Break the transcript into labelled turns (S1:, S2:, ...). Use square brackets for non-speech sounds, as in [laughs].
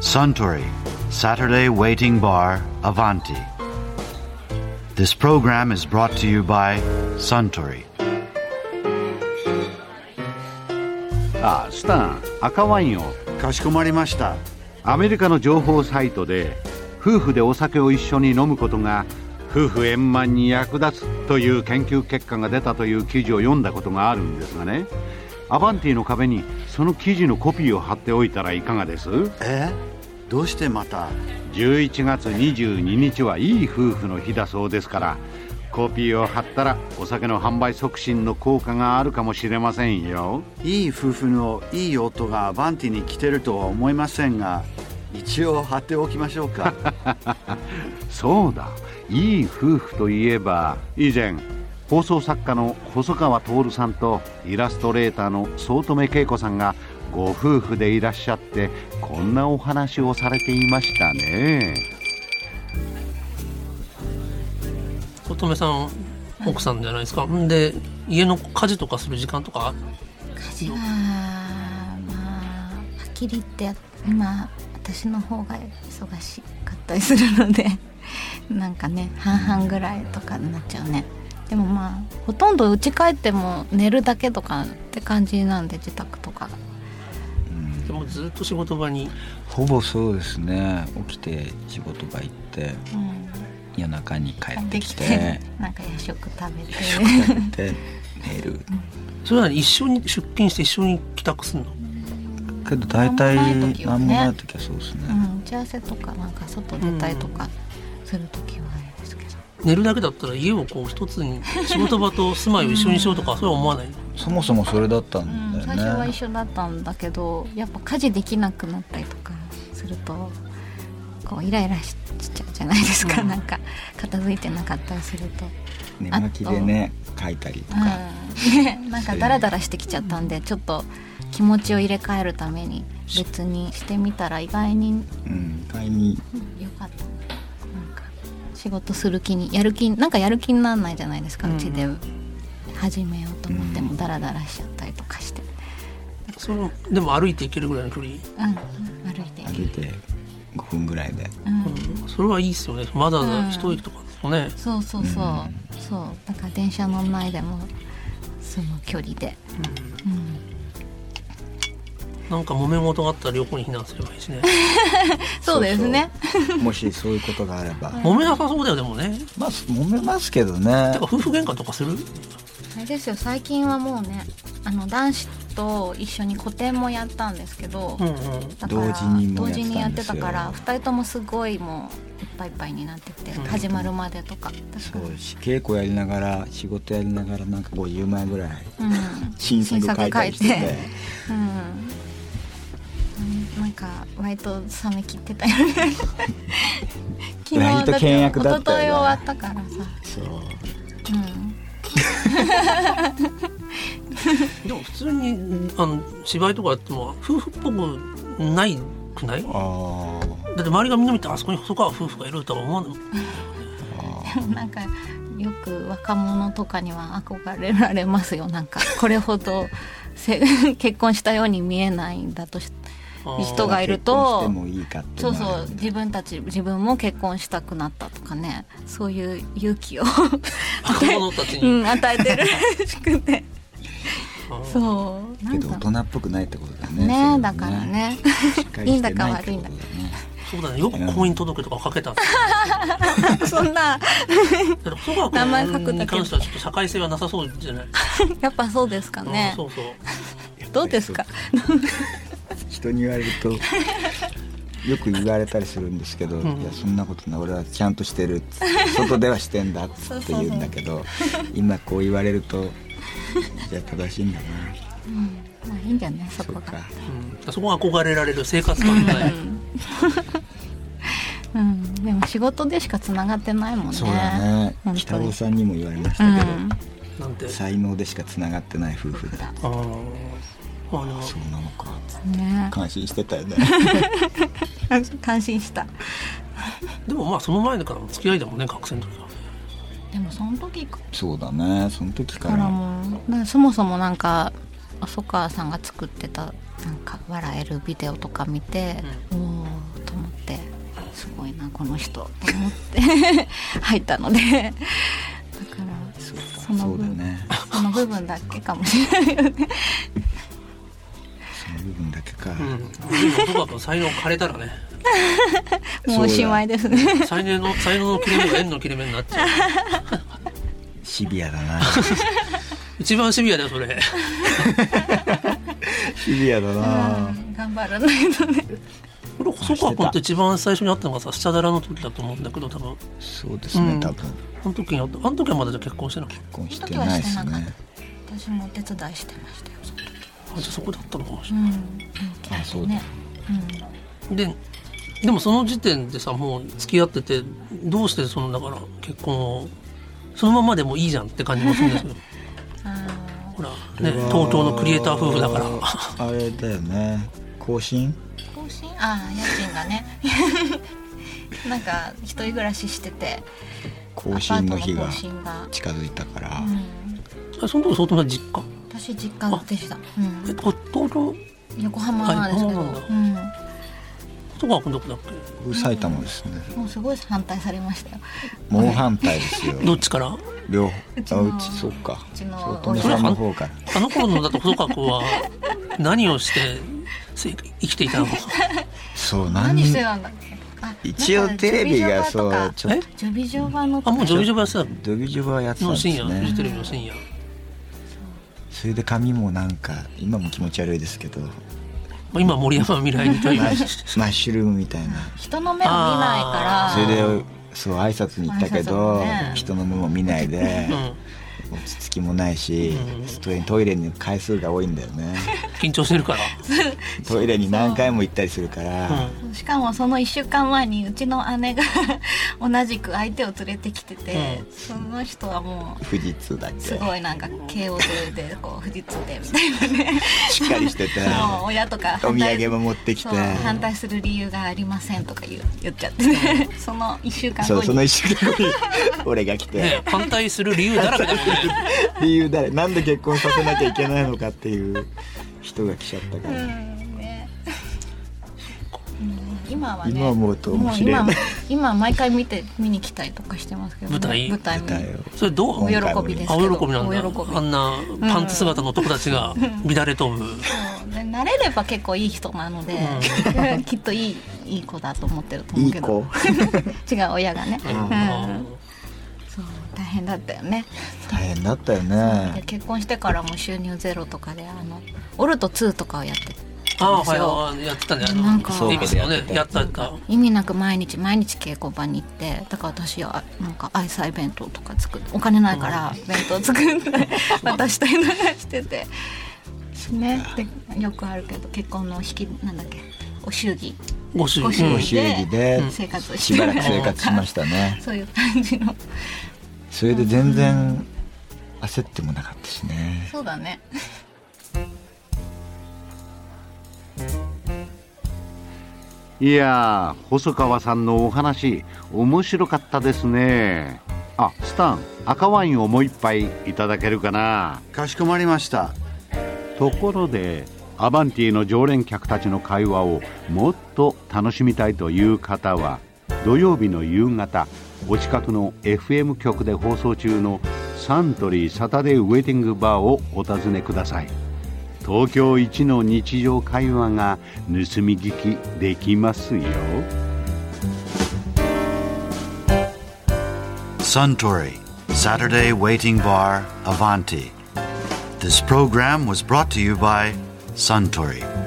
S1: Suntory Saturday Waiting Bar Avanti. This program is brought to you by Suntory.
S2: あスタン赤ワインを
S1: かしこまりました
S2: アメリカの情報サイトで夫婦でお酒を一緒に飲むことが夫婦円満に役立つという研究結果が出たという記事を読んだことがあるんですがねアバンティの壁にその記事のコピーを貼っておいたらいかがです
S1: えどうしてまた
S2: 11月22日はいい夫婦の日だそうですからコピーを貼ったらお酒の販売促進の効果があるかもしれませんよ
S1: いい夫婦のいい夫がバンティに来てるとは思いませんが一応貼っておきましょうか [laughs]
S2: そうだいい夫婦といえば以前放送作家の細川徹さんとイラストレーターの早乙女恵子さんがご夫婦でいらっしゃってこんなお話をされていましたね
S3: 乙女さん奥さんじゃないですかんで家の家事とかする時間とか
S4: 家事はまあはっきり言って今私の方が忙しかったりするので [laughs] なんかね半々ぐらいとかになっちゃうねでもまあほとんど家帰っても寝るだけとかって感じなんで自宅とかが
S3: でもずっと仕事場に
S5: ほぼそうですね起きて仕事が行って
S4: うん
S5: 夜中に帰って
S4: で
S5: き
S4: き
S5: て
S4: てなんか夜食食べて
S5: 食べて寝る
S3: それなら一緒に出勤して一緒に帰宅するの
S5: けど大体
S4: 何もない時は
S5: 何も
S4: ね
S5: ない時はそうですね
S4: うん打ち合わせとかなんか外出たりとかする時はあれですけど
S3: 寝るだけだったら家をこう一つに仕事場と住まいを一緒にしようとかそれは思わない
S5: そもそもそれだったん
S4: うん、
S5: だ
S4: 最初
S5: よ
S4: は
S5: ね
S4: 一緒だったんだけどやっぱ家事できなくなったりとかするとこうイライラしちゃうじゃないですか、なんか片付いてなかったりすると、
S5: 寝巻きでね書いたりとか
S4: うん、 [laughs] なんかダラダラしてきちゃったんでちょっと気持ちを入れ替えるために別にしてみたら意外に
S5: うん意外に
S4: 良かったなんか仕事する気にやる気なんかやる気にならないじゃないですか、うちで始めようと思ってもダラダラしちゃったりとかして、
S3: それでも歩いていけるぐらいの距離
S4: うん、歩いていける
S5: 歩いて5分ぐらいで
S3: それはいいですよねわざわざ一駅とかですかね、
S4: そうそうそう、そうだから電車乗んないでもその距離で、
S3: なんか揉め事があったら旅行に避難すればいいしね
S4: そうですね
S5: そうもしそういうことがあれ
S4: [laughs]
S5: ば
S3: 揉めなさそうだよでもね
S5: まあ揉めますけどね
S3: てか夫婦喧嘩とかする
S4: あれですよ最近はもうねあの男子と一緒に個展もやったんですけど、
S3: うんうん
S4: だから
S5: 同時にも
S4: 同
S5: やってたんですよ
S4: 時にやってたから2人ともすごいもういっぱいいっぱいになってて、始まるまでとか
S5: そうし稽古やりながら仕事やりながらなんか50枚ぐらい
S4: うん
S5: 新作書いたりして
S4: 新作書い
S5: て
S4: てうんなんか割と冷め切ってたよ
S5: [laughs]
S4: ね昨日だ
S5: 割と倹約だっ
S4: 一昨日
S5: たよね
S4: 終わったからさ
S5: そう
S4: う
S3: で
S4: ん
S3: も普通にあの芝居とかやっても夫婦っぽくないくないだ
S5: ああ
S3: って周りがみんな見てあそこに細川夫婦がいるとは思わない
S4: [laughs] なんかよく若者とかには憧れられますよ
S5: [laughs]
S4: なんかこれほどせ [laughs] 結婚したように見えないんだとし
S3: あー
S4: 人がいる
S5: 結婚して
S4: と
S5: もいいかって
S4: そ
S5: な
S4: う
S5: る
S4: そう自分たち自分も結婚したくなったとかねそういう勇気
S5: [laughs]
S4: を
S3: 若者たち
S4: う
S3: に、
S4: ん与えてるらしくて
S3: あー
S4: そうな
S5: け
S4: ん
S5: ど
S4: だ
S5: 大人っぽくないってことだねそれ
S4: ね
S5: は
S4: だからね
S5: しっかり
S4: いい
S5: し
S4: んだ
S5: て
S4: か
S5: ないっ
S4: 悪
S5: て
S4: い
S5: こ
S3: そ
S4: んだか
S5: とだね
S3: うだねよく婚姻届とかかけた
S4: [laughs]
S3: んです
S4: そんな
S3: よだって細川
S4: 名前書くだ
S3: 君
S4: け
S3: に関してはちょっと社会性はなさそうじゃない
S4: やっぱそうですか
S3: うん
S4: ね
S3: そうそう
S4: どうですか
S5: 人に言われるとよく言われたりするんですけど、いやそんなことない俺はちゃんとしてるって外ではしてんだって言うんだけど今こう言われるとじゃあ正しいんだな
S4: [laughs] まあいいんじゃないそ
S5: そ
S4: こ
S5: う
S4: が
S5: か
S3: うんそこが憧れられる生活感がない、
S4: うんでも仕事でしかつながってないもんね
S5: そうだね
S4: 本
S5: 北
S4: 当
S5: 尾
S4: に
S5: さんにも言われましたけど、
S3: なんて
S5: 才能でしかつながってない夫婦だ
S3: あーまあでも
S5: そうなのかって
S4: ね
S5: 感心してたよね
S4: 感心した
S3: でもまあその前からの付き合いだもんね学生の時はね
S4: でもその時か
S5: そうだねその時から
S4: らもうそもそもなんか細川さんが作ってたなんか笑えるビデオとか見て、おーこの人と思って [laughs] 入ったのでだから
S5: そうか
S4: その
S5: そう
S4: 分
S5: だね
S4: その部分だけかもしれないよね
S5: その部分だけか、
S3: うん、でも僕はこの才能枯れたらね
S4: もうおしまいですね
S3: 才能の才能の切れ目が縁の切れ目になっちゃう
S5: シビアだ
S4: [laughs]
S5: な
S3: 一番シビアだよそれ
S5: シビアだな、
S4: うん頑張らないとね
S3: これ細川君って一番最初に会ったのがさスチャダラの時だと思うんだけど多分
S5: そうですね、
S3: うん
S5: 多分
S3: あの時に会ったあの時はまだじゃあ結婚してなかった
S5: 結婚し
S4: その
S5: て
S4: 時は
S5: ないで
S4: して
S5: す
S4: なかった、
S5: ね
S4: 私もお手伝いしてましたよその時
S3: あじゃあそこだったのかもし
S4: う
S3: れ
S4: ん、
S5: あそうだ
S4: ね、
S3: ない、ででもその時点でさもう付き合っててどうしてそのだから結婚をそのままでもいいじゃんって感じもするんですけど
S4: うん、あ
S3: ほらね東京のクリエイター夫婦だから
S5: あれだよね更新
S4: ー更新あー家賃がね [laughs] なんか一人暮らししてて
S5: 更新の日
S4: ア
S5: が
S4: パートの更新が、
S5: 近づいたから、
S4: うん、
S3: あその時相当な実家
S4: 私実家でした、
S3: えこ東京
S4: うん、横浜なんですけど、
S3: あ横浜
S4: うん、
S3: 細川君どこだっ
S5: 僕埼玉ですね
S4: もうすごい反対されましたよ
S5: 猛反対ですよ
S3: けどっちから
S5: 両方
S4: うち
S5: あ
S4: の
S5: うちそうか
S4: うちの
S5: そうとさんの方から
S3: あの頃のだと細川君は何をしてせ生きていたの
S5: そう
S4: 何
S5: 何
S4: してたんだっけあ
S5: 一
S4: な
S5: 応
S4: んか
S5: テレビがそうちょっ
S3: え
S5: と
S4: ジョビジョバとかジョビジョバのとか
S3: あもうジョビジョバやってた
S5: ドビジョバやってたん
S3: の
S5: です
S3: 深夜フジ
S5: ね
S3: テレビの深夜
S5: それで髪もなんか今も気持ち悪いですけど
S3: まあ今森山未来みたいな
S5: マッマッシュルームみたいな
S4: 人の目を見ないから
S5: それでそう挨拶に行ったけど、
S4: 挨拶ね
S5: 人の目も見ないで
S3: うん
S5: 落ち着きもないし、
S3: うん
S5: トイレトイレに回数が多いんだよ
S4: [laughs]
S5: ね
S3: [laughs] 緊張してるから
S5: トイレに何回も行ったりするから、
S3: う
S4: しかもその1週間前にうちの姉が [laughs] 同じく相手を連れてきてて、その人はも
S5: 富士通だっ
S4: う
S5: け
S4: すごいなんか慶応ででこう富士通でみたいなね
S5: しっかりしてて
S4: もう親とか
S5: お
S4: 反
S5: 土
S4: 対
S5: 産も持ってきて
S4: そう反対する理由がありませんとか言う言っちゃってねその1週間
S5: そう
S4: 後
S5: その
S4: に
S5: 一週間後に俺が来
S3: ん
S5: て
S3: ね反対する理由だらけだもん [laughs] ね
S5: 理由誰なんで結婚させなきゃいけないのかっていう人が来ちゃったか
S4: う
S5: ら、
S4: んねうん今はね
S5: 今思うと面白いね
S4: もう今今毎回見て見に来たりとかしてますけど、
S3: 舞台
S4: 舞台見
S5: 舞台を
S3: それどう
S4: お喜びです
S3: あ
S4: けど
S3: お喜びなんだ
S4: お喜び
S3: あんなパンツ姿の男たちが乱れ飛ぶ
S4: そうで慣れれば結構いい人なので、きっといいいい子だと思ってると思
S5: いうい
S4: け
S5: 子
S4: ど [laughs] 違う親がね、う
S3: あ
S4: ん、そう大変だったよね
S5: 大変だったよ
S4: で
S5: ね
S4: 結婚してからも収入ゼロとかであのオルト2とかをやってて
S3: あーはいあーやってたねあ
S4: な
S3: の
S4: んか
S3: テレビのね
S5: そう
S3: やったやった
S4: 意味なく毎日毎日稽古場に行ってだから私はなんか愛妻弁当とか作ってお金ないから弁当作
S5: [laughs]
S4: って渡したりなんかしててねでよくあるけど結婚の引きなんだっけお祝儀
S3: ご主
S4: ご
S3: 人
S4: 祝
S5: ご
S4: 儀
S5: 祝儀で
S4: うん生活をして
S5: しばらく生活しましたね
S4: そういう感じの
S5: それで全然焦ってもなかったしね
S4: そうだね
S2: いやー細川さんのお話面白かったですねあスタン赤ワインをもう一杯いただけるかな
S1: かしこまりました
S2: ところでアバンティの常連客たちの会話をもっと楽しみたいという方は土曜日の夕方お近くの FM 局で放送中のサントリーサタデーウェイティングバーをお尋ねください東京一の日常会話が盗み聞きできますよ
S1: Suntory, Saturday Waiting Bar, Avanti. This program was brought to you by Suntory.